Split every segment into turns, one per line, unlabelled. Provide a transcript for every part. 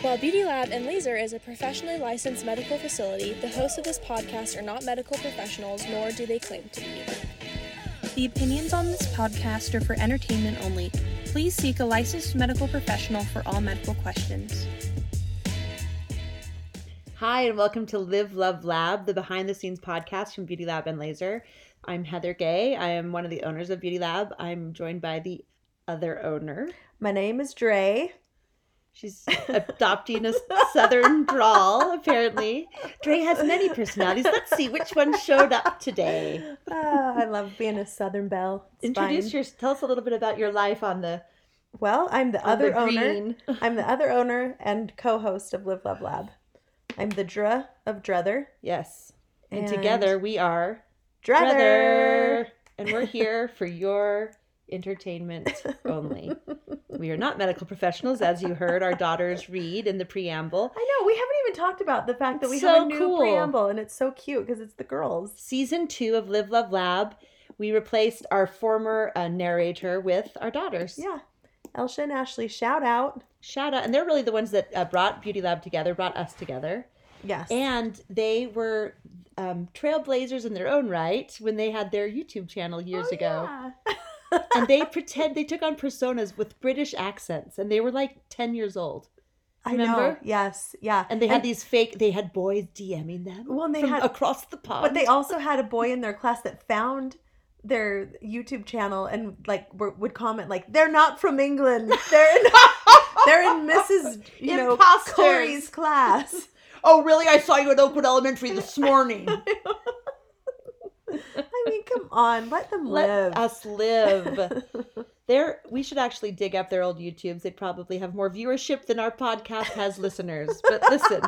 While Beauty Lab and Laser is a professionally licensed medical facility, the hosts of this podcast are not medical professionals, nor do they claim to be.
The opinions on this podcast are for entertainment only. Please seek a licensed medical professional for all medical questions.
Hi, and welcome to Live Love Lab, the behind the scenes podcast from Beauty Lab and Laser. I'm Heather Gay. I am one of the owners of Beauty Lab. I'm joined by the other owner.
My name is Dre.
She's adopting a southern drawl, apparently. Dre has many personalities. Let's see which one showed up today.
Ah, I love being a Southern Belle. It's
Introduce
fine.
your tell us a little bit about your life on the
Well, I'm the
on
other
Oh, the
owner.
green.
I'm the other owner and co-host of Live Love Lab. I'm the Dre of Drether.
Yes. And,
And-
together we are
Drether.
Drether. And we're here for your entertainment only. we are not medical professionals, as you heard our daughters read in the preamble.
I know we haven't even talked about the fact that we
It's
have
so
a new
cool.
preamble, and it's so cute because it's the girls.
Season two of Live Love Lab, we replaced our former uh, narrator with our daughters.
Yeah, Elsha and Ashley, shout out.
Shout out. And they're really the ones that uh, brought Beauty Lab together, brought us together.
Yes,
And they were um, trailblazers in their own right when they had their YouTube channel years
Oh,
ago.
yeah.
and they pretend they took on personas with British accents, and they were like ten years old.
I know.
Remember?
Yes, yeah.
And they had these fake. They had boys DMing them.
Well, and they
from
had-
across the pond.
But they also had a boy in their class that found their YouTube channel and like were, would comment like, "They're not from England. They're in, they're in Mrs. You know
Imposters.
Corey's class."
Oh, really? I saw you at Oakwood Elementary this morning.
I mean, come on, let them
Let
live.
us live. There, we should actually dig up their old YouTubes. They probably have more viewership than our podcast has listeners. But listen,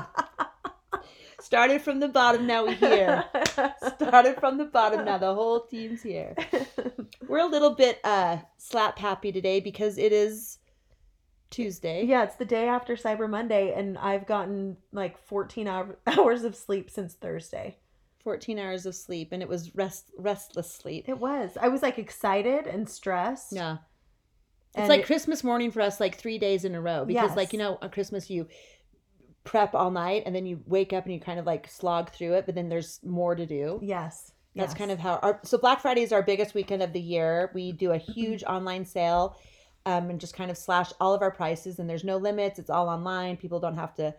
started from the bottom. Now we're here. started from the bottom now the whole team's here we're a little bit uh slap happy today because it is tuesday
yeah, it's the day after Cyber Monday, and I've gotten like 14 hour, hours of sleep since Thursday.
14 hours of sleep and it was rest restless sleep
It was. I was like excited and stressed.
yeah it's
And
like
it-
christmas morning for us like three days in a row because like
Yes.
you know on christmas you prep all night and then you wake up and you kind of like slog through it but then there's more to do
Yes.
That's kind
yes.
of how our so Black Friday is our biggest weekend of the year. We do
Mm-hmm.
a huge online sale um, and just kind of slash all of our prices and there's no limits. It's all online. People don't have to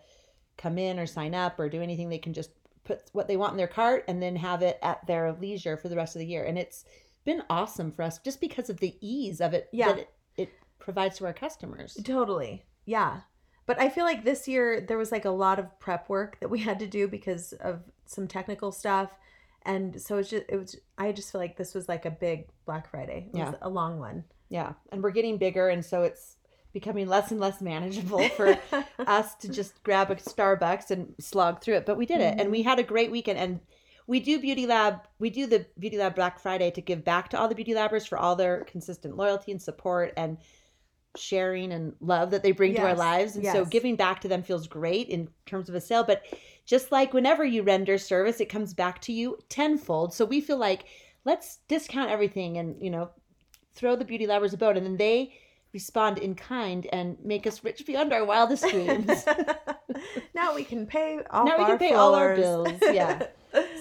come in or sign up or do anything. They can just put what they want in their cart and then have it at their leisure for the rest of the year. And it's been awesome for us just because of the ease of it
Yeah.
that it, it provides to our customers.
Totally. Yeah. But I feel like this year there was like a lot of prep work that we had to do because of some technical stuff. And so it's just, it was, I just feel like this was like a big Black Friday. It
Yeah.
was a long one.
Yeah. And we're getting bigger and so it's becoming less and less manageable for us to just grab a Starbucks and slog through it. But we did it, and we
Mm-hmm.
had a great weekend. And we do Beauty Lab. We do the Beauty Lab Black Friday to give back to all the Beauty Labbers for all their consistent loyalty and support and sharing and love that they bring to our
Yes,
lives. And so
yes.
giving back to them feels great in terms of a sale. But just like whenever you render service, it comes back to you tenfold. So we feel like let's discount everything and you know throw the Beauty Labbers a bone, and then they respond in kind and make us rich beyond our wildest dreams.
now we can pay off
now we
our
can pay all our
floors.
bills. Yeah.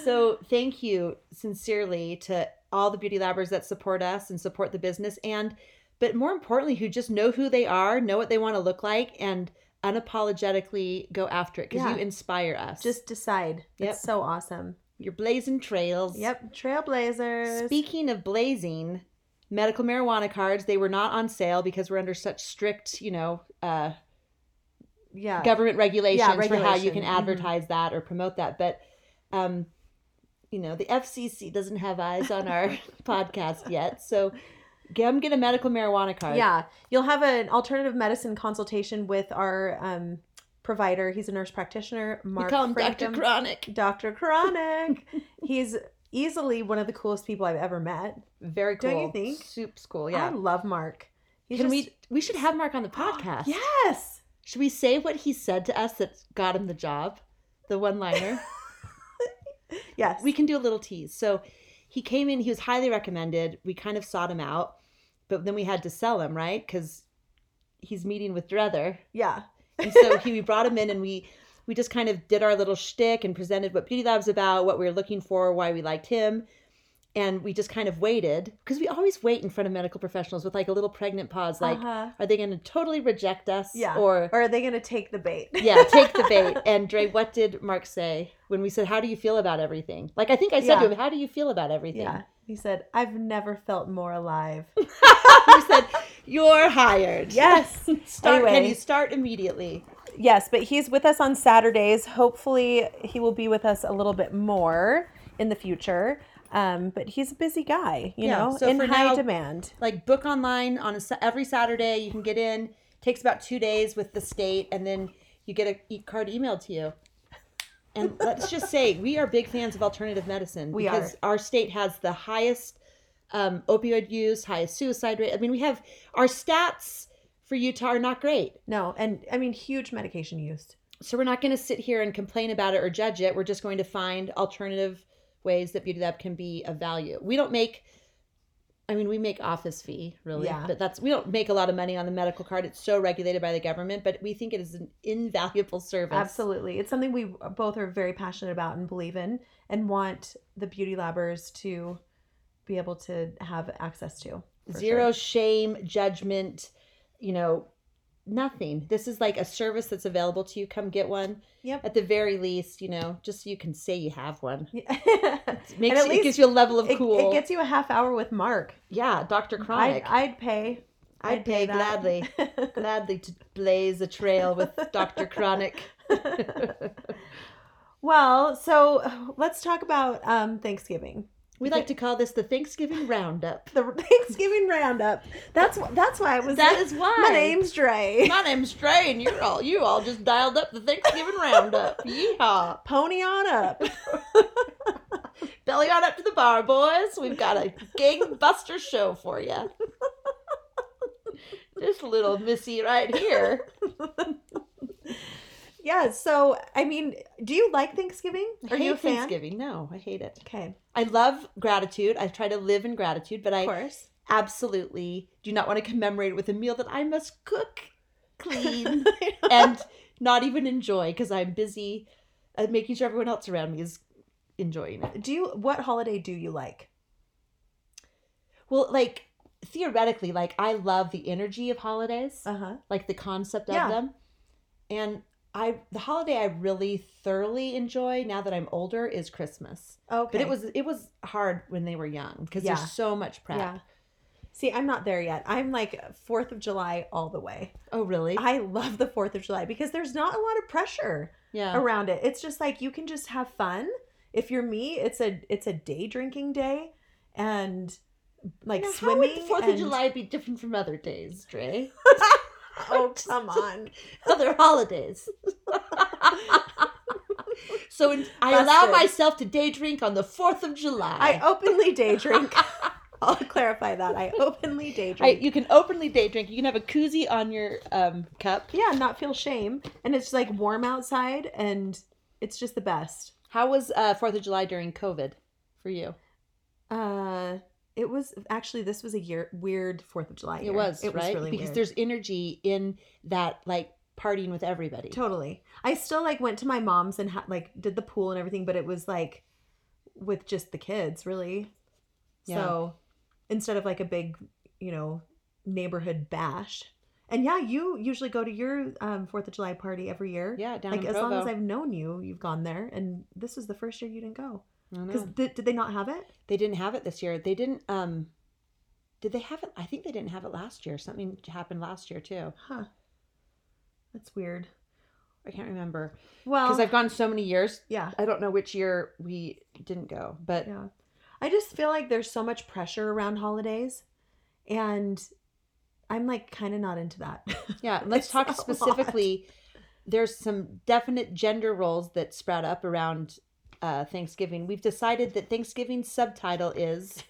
so thank you sincerely to all the beauty labbers that support us and support the business and but more importantly who just know who they are, know what they want to look like and unapologetically go after it because
Yeah.
you inspire us.
Just decide.
Yep.
It's so awesome.
you're blazing trails.
Yep. Trailblazers.
Speaking of blazing, medical marijuana cards, they were not on sale because we're under such strict, you know, uh
yeah.
government regulations, for how you can
regulation. Mhm.
advertise that or promote that. But, um, you know, the FCC doesn't have eyes on our podcast yet. So come get a medical marijuana card.
Yeah, you'll have an alternative medicine consultation with our um, provider. He's a nurse practitioner,
We
Mark
call him Dr.
Frankham.
Chronic.
Dr. Chronic. He's easily one of the coolest people I've ever met.
Very cool.
Don't you think?
Soup school.
I
Yeah.
love Mark. He's
Can
just-
we, we should have Mark on the podcast.
Yes.
Should we say what he said to us that got him the job? The one liner?
Yes.
we can do a little tease. So he came in, he was highly recommended. We kind of sought him out, but then we had to sell him, right? Because he's meeting with Drether.
yeah.
And so he, we brought him in and we we just kind of did our little shtick and presented what Beauty Lab's about, what we were looking for, why we liked him. And we just kind of waited because we always wait in front of medical professionals with like a little pregnant pause, like,
uh-huh.
are they going to totally reject us?
yeah.
Or,
or are they gonna take the bait?
yeah, take the bait. And Dre, what did Mark say when we said, how do you feel about everything? Like, I think I said
Yeah.
to him, how do you feel about everything?
Yeah. He said, I've never felt more alive.
he said, you're hired.
Yes.
Start, Can
Anyway.
you start immediately?
yes, but he's with us on Saturdays. Hopefully, he will be with us a little bit more in the future. Um, but he's a busy guy, you
Yeah,
know,
so
in
for
high
now-
demand.
like book online on a, Sa- every Saturday. You can get in. Takes about two days with the state, and then you get a e- card emailed to you. And let's just say we are big fans of alternative medicine
We
because our state has the highest um, opioid use, highest suicide rate. I mean, we have our stats for Utah are not great.
No, and I mean, huge medication use.
So we're not going to sit here and complain about it or judge it. We're just going to find alternative ways that Beauty Lab can be of value. We don't make I mean, we make office fee, really,
Yeah.
but that's we don't make a lot of money on the medical card. It's so regulated by the government, but we think it is an invaluable service.
Absolutely. It's something we both are very passionate about and believe in and want the beauty labbers to be able to have access to. for
Zero
sure.
shame, judgment, you know, nothing. This is like a service that's available to you. Come get one.
Yep.
At the very least, you know, just so you can say you have one. It makes
And
you-
at
it
least
gives you a level of
it,
cool.
it gets you a half hour with Mark.
yeah, Dr.
I'd,
Chronic.
I'd pay.
I'd pay
that.
gladly, gladly to blaze a trail with Dr. Chronic.
well, so uh, let's talk about um, Thanksgiving.
We like to call this the Thanksgiving Roundup.
The Thanksgiving roundup. That's wh- that's why it was.
That is why.
My name's Dre.
My name's Trey, and you're all you all just dialed up the Thanksgiving Roundup. Yeehaw!
Pony on up.
Belly on up to the bar, boys. We've got a gangbuster show for you. this little Missy right here.
yeah. So I mean, do you like Thanksgiving? Are
I hate
you a fan?
Thanksgiving? No, I hate it.
Okay.
I love gratitude. I try to live in gratitude, but
Of
I
course.
absolutely do not want to commemorate it with a meal that I must cook, clean, and not even enjoy because I'm busy uh, making sure everyone else around me is enjoying it.
do you? What holiday do you like?
Well, like theoretically, like I love the energy of holidays,
Uh huh.
like the concept of
Yeah.
them. And I the holiday I really thoroughly enjoy now that I'm older is Christmas.
Okay.
But it was it was hard when they were young because
Yeah.
there's so much prep.
Yeah. See, I'm not there yet. I'm like Fourth of July all the way.
Oh really?
I love the Fourth of July because there's not a lot of pressure
yeah.
around it. It's just like you can just have fun. If you're me, it's a it's a day drinking day, and like
Now, how would
swimming.
Fourth of
and-
July be different from other days, Dre?
Oh come on!
other holidays. so in, I
Busted.
allow myself to day drink on the 4th of July.
I openly day drink. I'll clarify that. I openly day
I-
drink.
you can openly day drink. You can have a koozie on your um, cup.
yeah, not feel shame, and it's like warm outside, and it's just the best.
How was uh, 4th of July during COVID for you?
Uh, it was actually this was a year weird Fourth of July.
It
year.
was,
It was
right?
really
because
weird.
there's energy in that, like, partying with everybody.
Totally. I still like went to my mom's and ha- like did the pool and everything, but it was like with just the kids, really.
Yeah.
So instead of like a big, you know, neighborhood bash. And yeah, you usually go to your um, Fourth of July party every year.
Yeah, down
Like
in
as long as
Provo.
I've known you, you've gone there, and this was the first year you didn't go.
I don't
Because
know.
did they not have it?
They didn't have it this year. They didn't, um, did they have it? I think they didn't have it last year. Something happened last year, too.
Huh. That's weird.
I can't remember.
Well,
Because I've gone so many years
yeah,
I don't know which year we didn't go, but
yeah. I just feel like there's so much pressure around holidays, and I'm like kind of not into that.
yeah, let's
It's a
talk
lot.
specifically. There's some definite gender roles that sprout up around uh, Thanksgiving. We've decided that Thanksgiving's subtitle is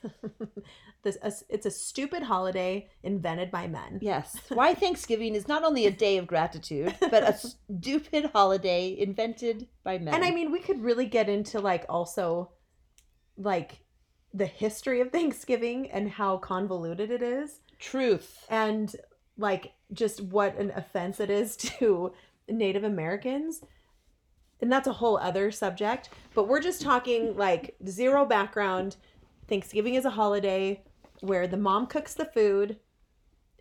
this a, it's a stupid holiday invented by men.
yes, why Thanksgiving is not only a day of gratitude, but a stupid holiday invented by men.
And I mean, we could really get into like also like the history of Thanksgiving and how convoluted it is
truth.
and like just what an offense it is to Native Americans, and that's a whole other subject, but we're just talking like zero background. Thanksgiving is a holiday where the mom cooks the food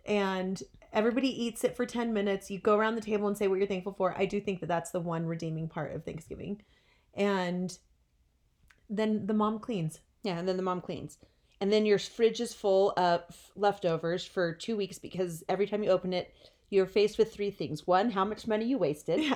and everybody eats it for 10 minutes. You go around the table and say what you're thankful for. I do think that that's the one redeeming part of Thanksgiving. And then the mom cleans.
Yeah, and then the mom cleans. And then your fridge is full of leftovers for two weeks because every time you open it, you're faced with three things. One, how much money you wasted.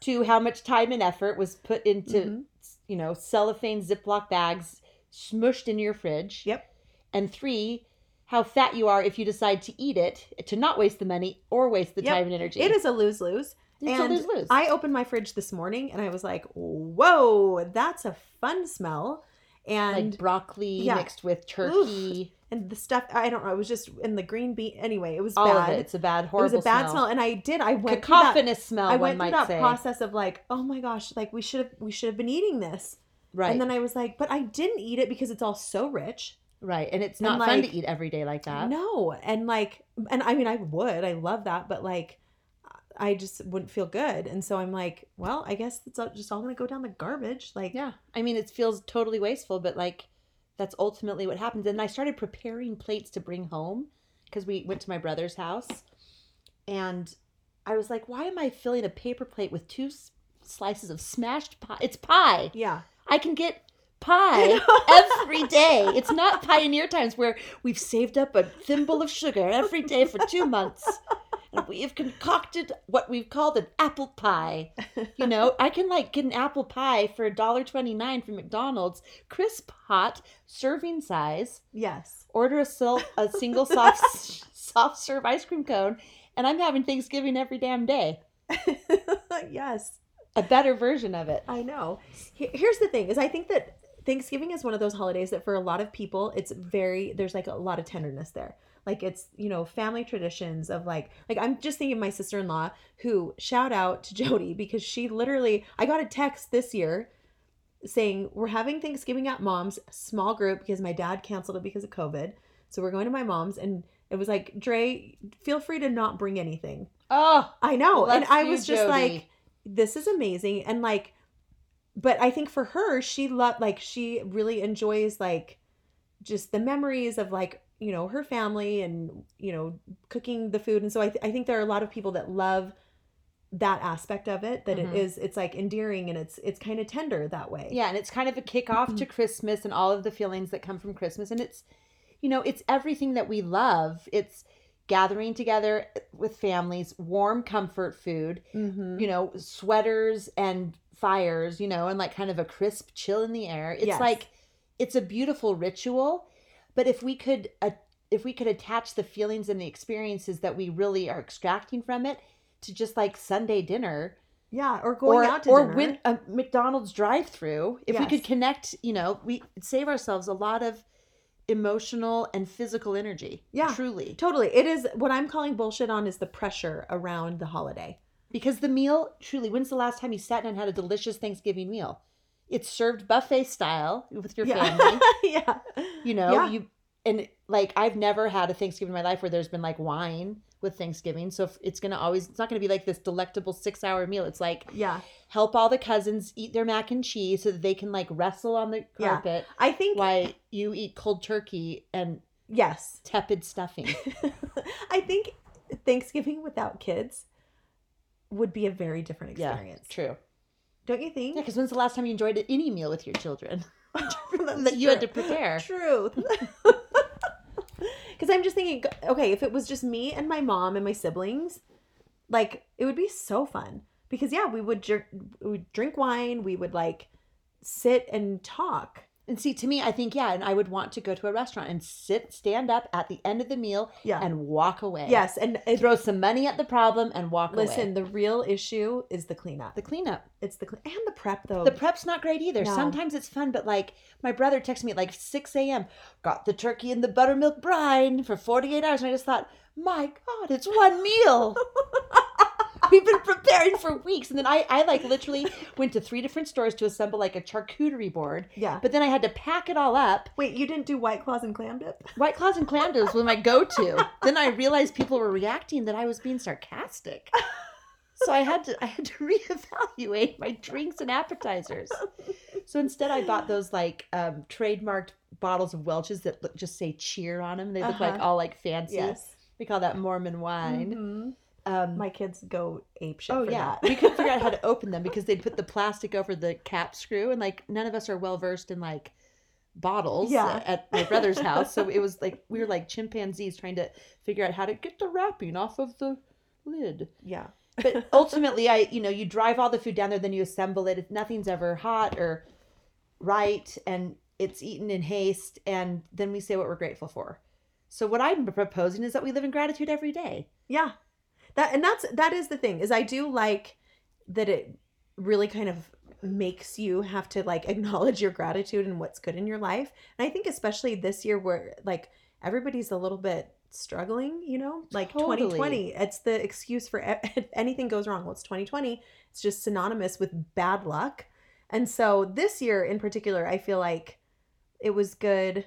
Two, how much time and effort was put into,
Mhm.
you know, cellophane Ziploc bags smushed in your fridge.
Yep.
And three, how fat you are if you decide to eat it, to not waste the money or waste the
Yep.
time and energy.
It is a lose lose.
It's a
and
lose-lose.
I opened my fridge this morning and I was like, whoa, that's a fun smell. And
like broccoli
Yeah.
mixed with turkey.
and the stuff I don't know, it was just in the green bean anyway, it was
all
bad.
of it. It's a bad,
it was
horrible
a bad smell.
smell.
And I did I went through that,
Cacophonous smell,
I
one
went
might
through that
say.
process of like, oh my gosh, like we should have we should have been eating this.
right.
And then I was like, but I didn't eat it because it's all so rich.
Right, and it's
And,
not fun to
like,
eat every day like that.
No. And like, and I mean, I would, I love that, but like, I just wouldn't feel good. And so I'm like, well, I guess it's all, just all going to go down the garbage. Like,
Yeah, I mean, it feels totally wasteful, but like, that's ultimately what happens. And I started preparing plates to bring home because we went to my brother's house, and I was like, "Why am I filling a paper plate with two s- slices of smashed pie? It's pie.
yeah.
I can get." Pie every day. It's not pioneer times where we've saved up a thimble of sugar every day for two months and we have concocted what we've called an apple pie. You know, I can like get an apple pie for $1.29 from McDonald's, crisp hot, serving size,
Yes.
order a, sil- a single soft soft serve ice cream cone, and I'm having Thanksgiving every damn day.
yes.
A better version of it.
I know. He- Here's the thing is I think that Thanksgiving is one of those holidays that for a lot of people, it's very, there's like a lot of tenderness there. Like it's, you know, family traditions of like, like I'm just thinking of my sister-in-law who shout out to Jody because she literally, I got a text this year saying we're having Thanksgiving at mom's small group because my dad canceled it because of COVID. So we're going to my mom's and it was like, Dre, feel free to not bring anything.
Oh,
I know. and
bless
I
you,
was just
Jody.
like, this is amazing. And like, but I think for her, she loved, like, she really enjoys, like, just the memories of, like, you know, her family and, you know, cooking the food. And so I, th- I think there are a lot of people that love that aspect of it, that it
Mhm.
is, it's like endearing and it's, it's kind of tender that way.
Yeah, and it's kind of a kickoff
Mm-hmm.
to Christmas and all of the feelings that come from Christmas. And it's, you know, it's everything that we love. It's gathering together with families, warm comfort food,
Mm-hmm.
you know, sweaters and fires, you know, and like kind of a crisp chill in the air. It's
Yes.
like, it's a beautiful ritual. But if we could, uh, if we could attach the feelings and the experiences that we really are extracting from it to just like Sunday dinner,
Yeah. Or going
or,
out to
or
dinner.
win a McDonald's drive-through. If we
Yes.
could connect, you know, we save ourselves a lot of emotional and physical energy.
Yeah.
truly,
Totally. It is what I'm calling bullshit on is the pressure around the holiday.
because the meal, truly, when's the last time you sat down and had a delicious Thanksgiving meal? It's served buffet style with your
yeah.
family.
yeah.
You know,
Yeah.
you and like I've never had a Thanksgiving in my life where there's been like wine with Thanksgiving. So if it's gonna always, it's not gonna be like this delectable six-hour meal. It's like
Yeah.
help all the cousins eat their mac and cheese so that they can like wrestle on the
Yeah.
carpet.
I think
why you eat cold turkey and
yes.
tepid stuffing.
I think Thanksgiving without kids would be a very different experience.
true.
Don't you
Yeah,
think?
because when's the last time you enjoyed any meal with your children
That's
that you had to
true.
prepare?
Truth. Because I'm just thinking, okay, if it was just me and my mom and my siblings, like it would be so fun. Because yeah, we would dr- we would drink wine, we would like sit and talk.
And see, to me, I think yeah, and I would want to go to a restaurant and sit, stand up at the end of the meal,
Yeah.
and walk away.
Yes, and it,
throw some money at the problem and walk away.
listen, the real issue is the cleanup.
the cleanup.
it's the cle- and the prep though.
The prep's not great either.
Oh, No.
Sometimes it's fun, but like my brother texted me at like 6 a.m. Got the turkey in the buttermilk brine for 48 hours. And I just thought, my God, it's one meal. We've been preparing for weeks. And then I, I like literally went to three different stores to assemble like a charcuterie board.
yeah.
But then I had to pack it all up.
Wait, you didn't do White Claws and clam dip?
White claws and clam dips were my go-to. then I realized people were reacting that I was being sarcastic. so I had to I had to reevaluate my drinks and appetizers. So instead, I bought those like um, trademarked bottles of Welch's that look, just say "Cheer" on them. They look like
Uh-huh.
all like fancy.
yes.
We call that Mormon wine.
Mhm.
Um,
My kids go ape shit
oh
for
yeah,
that.
we could figure out how to open them because they'd put the plastic over the cap screw, and like none of us are well versed in like bottles
Yeah.
at my brother's house. So it was like we were like chimpanzees trying to figure out how to get the wrapping off of the lid.
yeah.
But ultimately, I you know you drive all the food down there, then you assemble it. If nothing's ever hot or right, and it's eaten in haste, and then we say what we're grateful for. So what I'm proposing is that we live in gratitude every day.
Yeah. That and that's that is the thing is I do like that it really kind of makes you have to like acknowledge your gratitude and what's good in your life. And I think especially this year where like everybody's a little bit struggling, you know? Like
Totally.
2020, it's the excuse for e- if anything goes wrong. Well, it's 2020. It's just synonymous with bad luck. And so this year in particular, I feel like it was good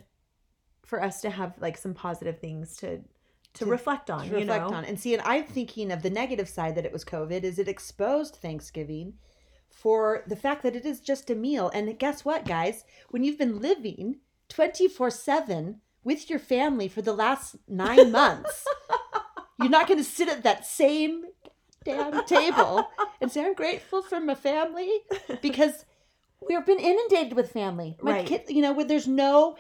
for us to have like some positive things to to,
To-
reflect on,
to
you know.
reflect on. And see, and I'm thinking of the negative side that it was COVID is it exposed Thanksgiving for the fact that it is just a meal. And guess what, guys? When you've been living 24 7 with your family for the last nine months, you're not going to sit at that same damn table and say, I'm grateful for my family because we've been inundated with family. My
Right.
kid, you know, where there's no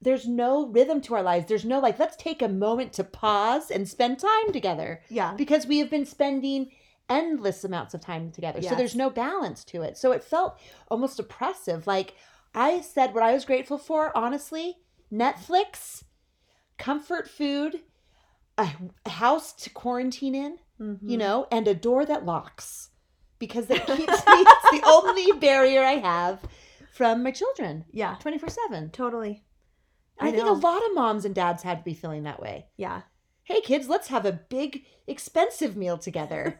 there's no rhythm to our lives. There's no like, let's take a moment to pause and spend time together
Yeah.
because we have been spending endless amounts of time together. So
Yes.
there's no balance to it. So it felt almost oppressive. Like I said, what I was grateful for, honestly, Netflix, comfort food, a a house to quarantine in,
Mm.
you know, and a door that locks because that keeps me, it's the only barrier I have from my children
Yeah.
24 7.
Totally.
I,
I
think
know.
a lot of moms and dads had to be feeling that way.
Yeah.
Hey kids, let's have a big expensive meal together.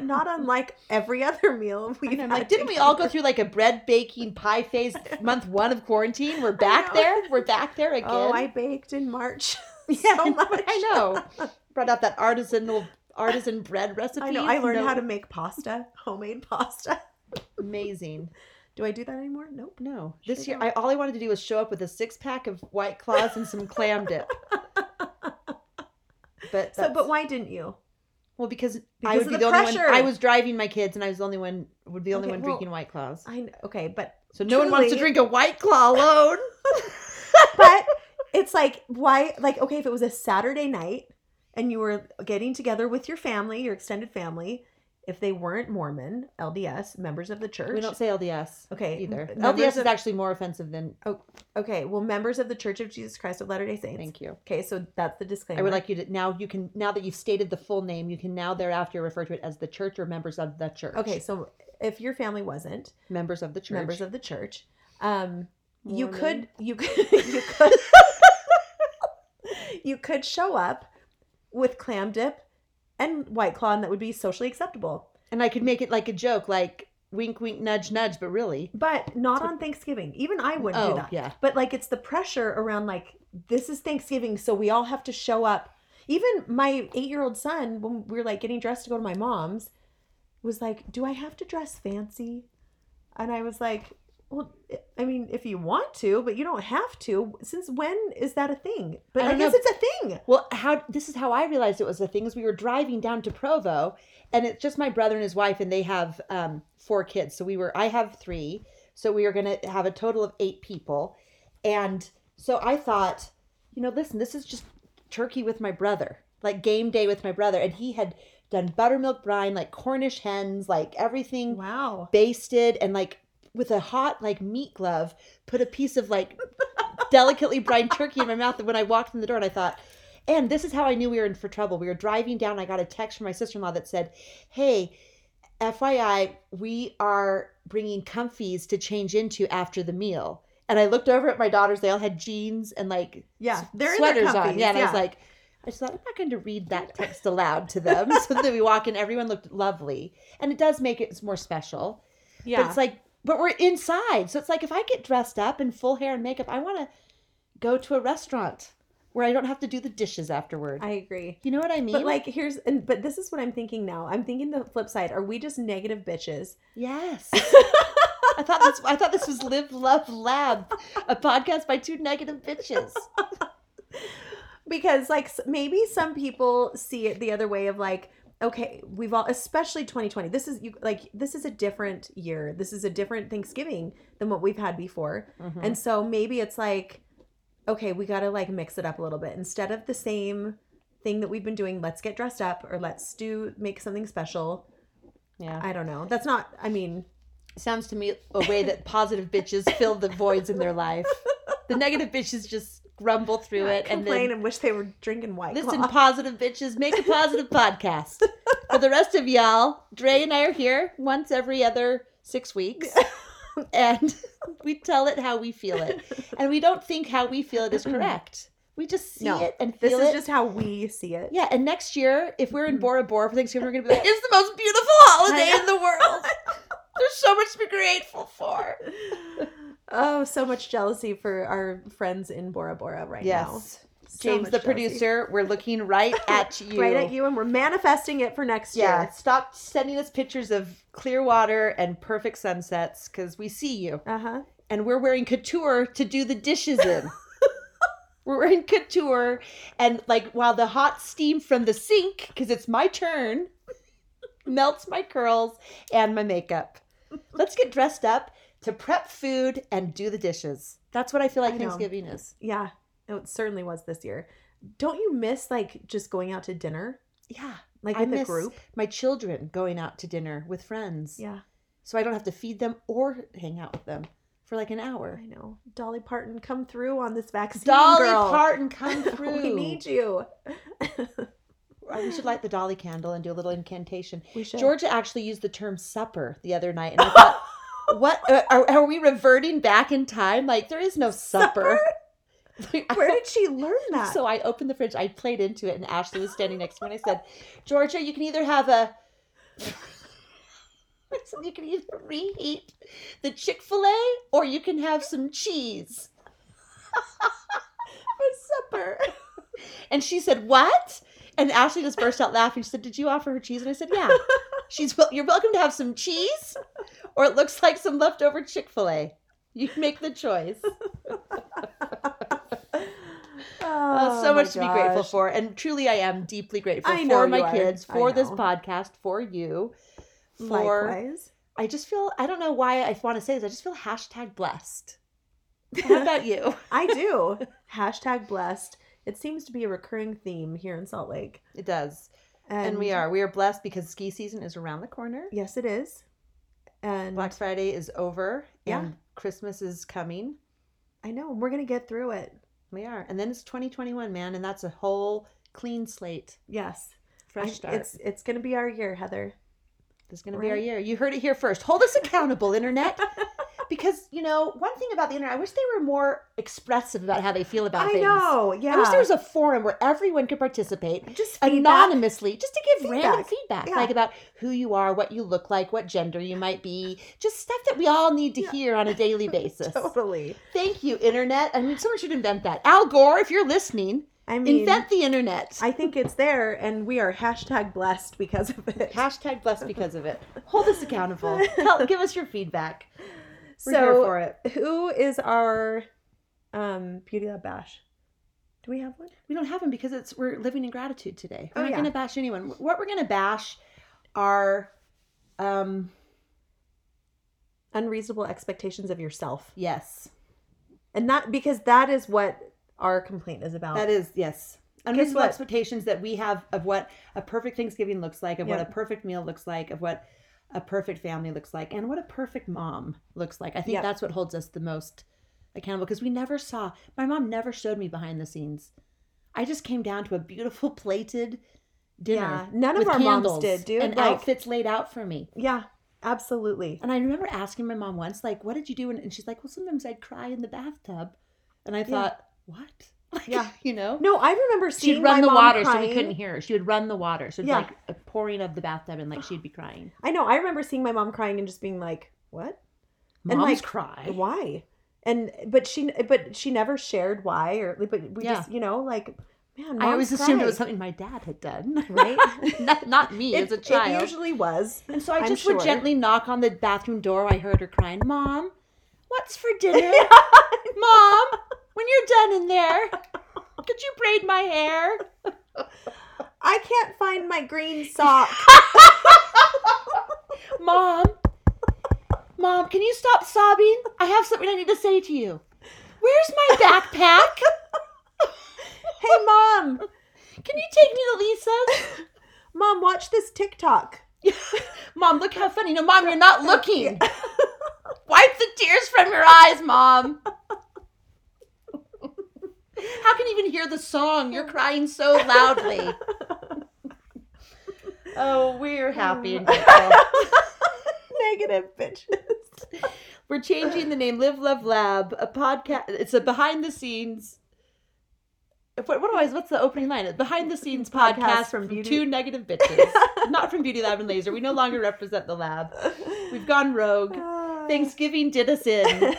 Not unlike every other meal we've
And I'm
had.
like, didn't we all go through like a bread baking pie phase month one of quarantine? We're back
know.
there. We're back there again.
Oh, I baked in March.
Yeah,
so much.
I know. Brought out that artisanal artisan bread recipe.
I know. I learned how to make pasta, homemade pasta.
amazing.
Do I do that anymore? Nope.
No, this
Sure
year I, all I wanted to do was show up with a six pack of white claws and some clam dip. But
So, but
that's-
why didn't you?
Well, because,
Because
I would
of
be
the
the only
pressure.
one. I was driving my kids, and I was the only one would be the only
Okay,
one
well,
drinking White Claws.
I kn- okay, but
So no one wants to
truly-
drink a White Claw alone.
but it's like why like okay if it was a saturday night and you were getting together with your family your extended family if they weren't mormon lds members of the church
we don't say LDS
okay
either.
m-
LDS
members
is
of-
actually more offensive than.
okay well members of the church of jesus christ of latter-day saints
Thank you.
okay so that's the disclaimer
I would like you to now. You can now that you've stated the full name, you can now thereafter refer to it as the church or members of the church.
okay so if your family wasn't
members of the church.
members of the church um you
Mormon.
could you could you could you could show up with clam dip and white claw and that would be socially acceptable
and I could make it like a joke, like wink, wink, nudge, nudge, but really,
But not on Thanksgiving. Even I wouldn't
Oh,
do that.
yeah.
But like it's the pressure around like this is Thanksgiving, so we all have to show up. Even my eight year old son, when we were like getting dressed to go to my mom's, was like, Do I have to dress fancy? And I was like, Well, I mean, if you want to, but you don't have to. Since when is that a thing? But
I
I,
don't
guess
know.
it's a thing.
Well, how this is how I realized it was a thing is we were driving down to Provo, and it's just my brother and his wife, and they have um, four kids. So we were, I have three, so we were gonna have a total of eight people, and so I thought, you know, listen, this is just turkey with my brother, like game day with my brother, and he had done buttermilk brine, like Cornish hens, like everything
Wow.
basted and like with a hot like meat glove put a piece of like delicately brined turkey in my mouth and when i walked in the door and i thought and this is how i knew we were in for trouble we were driving down i got a text from my sister-in-law that said hey fyi we are bringing comfies to change into after the meal and i looked over at my daughters they all had jeans and like
Yeah. They're
sweaters
in their
on.
comfies,
Yeah, and I was like, I just thought I'm not going to read that text aloud to them. so then we walk in, everyone looked lovely, and it does make it more special.
yeah.
But it's like, but we're inside, so it's like if I get dressed up in full hair and makeup, I want to go to a restaurant. where I don't have to do the dishes afterward.
I agree.
you know what I mean?
But like here's and but this is what I'm thinking now. I'm thinking the flip side. Are we just negative bitches?
yes. I thought this. I thought this was Live Love Lab, a podcast by two negative bitches.
because like s- maybe some people see it the other way of like okay we've all especially 2020 this is you like this is a different year this is a different thanksgiving than what we've had before
Mm-hmm.
and so maybe it's like okay we gotta like mix it up a little bit instead of the same thing that we've been doing let's get dressed up or let's do make something special
yeah,
i don't know that's not i mean
sounds to me a way that positive bitches fill the voids in their life. The negative bitches just grumble through it and
complain and,
then
wish they were drinking white
listen.
Claw.
Positive bitches make a positive podcast. For the rest of y'all, Dre and I are here once every other six weeks, and we tell it how we feel it, and we don't think how we feel it is correct. We just see
No,
it and
this
feel
is
it.
just Mm. how we see it
Yeah, and next year, if we're in Bora Bora for Thanksgiving, we're gonna be like, "It's the most beautiful holiday in the world. There's so much to be grateful for."
oh, so much jealousy for our friends in Bora Bora right now.
Yes,
So
James,
much
the
jealousy.
producer, we're looking right at you.
Right at you, and we're manifesting it for next
Yeah,
year.
stop sending us pictures of clear water and perfect sunsets because we see you,
Uh huh.
and we're wearing couture to do the dishes in. we're wearing couture, and like while the hot steam from the sink, because it's my turn, melts my curls and my makeup. Let's get dressed up to prep food and do the dishes. That's what I feel like
I know.
Thanksgiving is.
Yeah. It certainly was this year. Don't you miss like just going out to dinner,
Yeah,
like
I
with a
miss
group?
my children going out to dinner with friends.
Yeah,
so I don't have to feed them or hang out with them for like an hour.
I know. Dolly Parton, come through on this vaccine,
Dolly
girl.
Parton, come through.
we need you.
We should light the Dolly candle and do a little incantation.
We should.
Georgia actually used the term supper the other night, and I thought, what uh, are, are we reverting back in time? Like there is no supper.
Where did she learn that?
so I opened the fridge, I played into it, and Ashley was standing next to me, and I said, Georgia, you can either have a I said, you can either reheat the Chick fil A or you can have some cheese for supper. And she said, What? And Ashley just burst out laughing. She said, Did you offer her cheese? And I said, Yeah. She's well, you're welcome to have some cheese, or it looks like some leftover Chick fil A. You make the choice. Uh, so
Oh my
much to be grateful
gosh.
for. And truly, I am deeply grateful
I know
for
you
my
are.
kids,
I
for this
know.
podcast, for you. For
Likewise.
I just feel, I don't know why I want to say this, I just feel hashtag blessed. How about you?
I do. Hashtag blessed. It seems to be a recurring theme here in Salt Lake.
It does. And, we are. We are blessed because ski season is around the corner.
Yes, it is. And
Black Friday is over.
Yeah.
And Christmas is coming.
I know we're going to get through it.
We are. And then it's 2021, man. And that's a whole clean slate.
Yes.
Fresh
I-
start.
It's it's going to be our year, Heather.
This is going to be our
Right.
year. You heard it here first. Hold us accountable, internet. Because, you know, one thing about the internet, I wish they were more expressive about how they feel about
I
things.
know. Yeah.
I wish there was a forum where everyone could participate
just feedback.
anonymously just to give random
Feedback.
feedback,
Yeah.
like about who you are, what you look like, what gender you might be, just stuff that we all need to hear on a daily basis.
Totally.
Thank you, internet. I mean, someone should invent that. Al Gore, if you're listening,
I mean,
invent the internet.
I think it's there, and we are hashtag blessed because of it.
Hashtag blessed because of it. Hold us accountable. Tell, give us your feedback. We're
so,
here for it.
who is our um, Beauty Lab Bash? Do we have one?
We don't have them because it's we're living in gratitude today. We're
Oh,
not
yeah.
going to bash anyone. What we're going to bash are, um,
Unreasonable expectations of yourself,
yes,
and that because that is what our complaint is about.
that is yes. Unreasonable
what?
expectations that we have of what a perfect Thanksgiving looks like, of
Yeah.
what a perfect meal looks like, of what a perfect family looks like, and what a perfect mom looks like. I think
Yeah.
that's what holds us the most accountable because we never saw my mom never showed me behind the scenes. I just came down to a beautiful plated dinner.
Yeah, none of
with
our moms
candles
did, dude.
And
Like-
outfits laid out for me.
Yeah, absolutely.
And I remember asking my mom once, like, what did you do? And, and she's like, well, sometimes I'd cry in the bathtub. And I thought, what? Like,
Yeah.
You know?
No, I remember seeing
She'd run
my
the
mom
water so
crying.
we couldn't hear her. She would run the water. So it's
Yeah.
like a pouring of the bathtub and like she'd be crying.
I know. I remember seeing my mom crying and just being like, "What? And,
Moms
like,
cry.
Why?" and but she but she never shared why or but we
Yeah.
just you know like man
I always
moms
assumed it
cry,
was something my dad had done.
right
not, not me
It-
as a child.
It usually was.
and so I
I'm
just would
sure.
gently knock on the bathroom door. I heard her crying, Mom, what's for dinner? Mom, when you're done in there, could you braid my hair?
I can't find my green sock.
Mom, Mom, can you stop sobbing? I have something I need to say to you. Where's my backpack?
hey mom,
Can you take me to Lisa's?
mom, watch this TikTok.
Mom, look how funny. No, Mom, you're not looking. Wipe the tears from your eyes, Mom. How can you even hear the song? You're crying so loudly. Oh, we're happy and grateful.
Negative bitches.
We're changing the name Live Love Lab, a podcast. It's a behind the scenes. What, what do I, what's the opening line? A behind the scenes podcast, from,
from Beauty-
two negative bitches. Not from Beauty Lab and Laser. We no longer represent the lab. We've gone rogue.
Ah,
Thanksgiving did us in.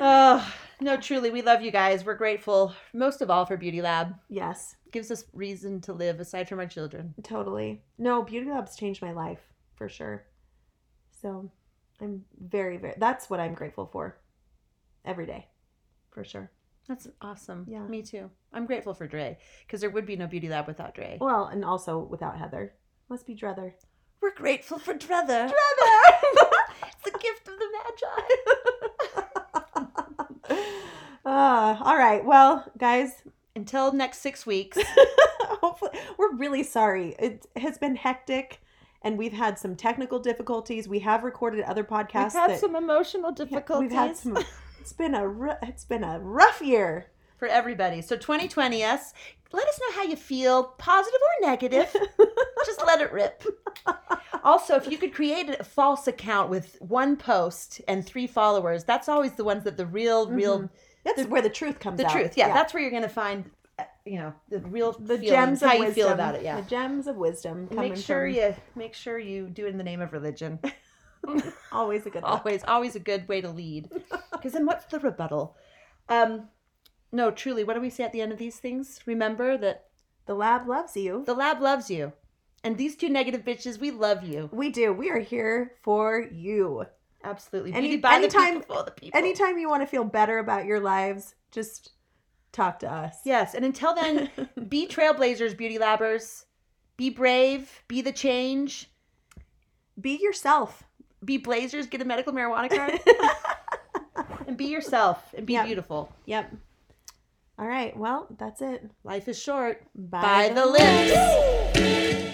Oh, no, truly, we love you guys. We're grateful, most of all, for Beauty Lab.
yes,
gives us reason to live aside from our children.
totally. No, Beauty Lab's changed my life for sure. So I'm very, very, that's what I'm grateful for every day for sure.
That's awesome.
Yeah.
Me too. I'm grateful for Dre because there would be no Beauty Lab without Dre.
Well, and also without Heather. Must be Drether.
We're grateful for Drether. it's the gift of the Magi.
Uh, all right. Well, guys,
Until next six weeks.
Hopefully, we're really sorry. It has been hectic, and we've had some technical difficulties. We have recorded other podcasts.
We've had
that-
some emotional
Yeah,
difficulties
we've had some- It's been a ru- it's been a rough year.
for everybody. So 2020 us. Let us know how you feel, positive or negative. Just let it rip. Also, if you could create a false account with one post and three followers, that's always the ones that the real,
Mm-hmm.
real
That's where the truth comes
the
out.
truth. Yeah, that's where you're going to find, uh, you know, the real
the
feelings,
gems of
how
wisdom.
you feel about it. Yeah,
the gems of wisdom. Coming
make sure
from,
you make sure you do it in the name of religion.
always a good. look.
always, always a good way to lead. Because then, what's the rebuttal? Um, no, truly, what do we say at the end of these things? Remember that
The lab loves you.
the lab loves you, and these two negative bitches, we love you.
we do. We are here for you.
Absolutely.
Any-
Beauty by
anytime-
the people, for the people.
Anytime you want to feel better about your lives, just talk to us.
Yes, and until then, be trailblazers, beauty labbers. Be brave. Be the change.
Be yourself.
be blazers, get a medical marijuana card, and be yourself and be
Yeah.
beautiful.
Yep. All right. Well, that's it.
Life is short.
Bye.
By the lips.